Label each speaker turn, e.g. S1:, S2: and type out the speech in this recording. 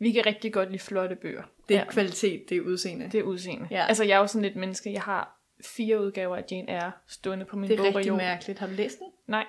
S1: Vi kan rigtig godt lide flotte bøger.
S2: Det er
S1: ja,
S2: ja. kvalitet, det er udseende.
S1: det er udseende.
S2: Ja.
S1: Altså, jeg er jo sådan et menneske. Jeg har fire udgaver af Jane Eyre stående på min
S2: det er rigtig
S1: bogreol.
S2: mærkeligt. Har du læst den?
S1: Nej.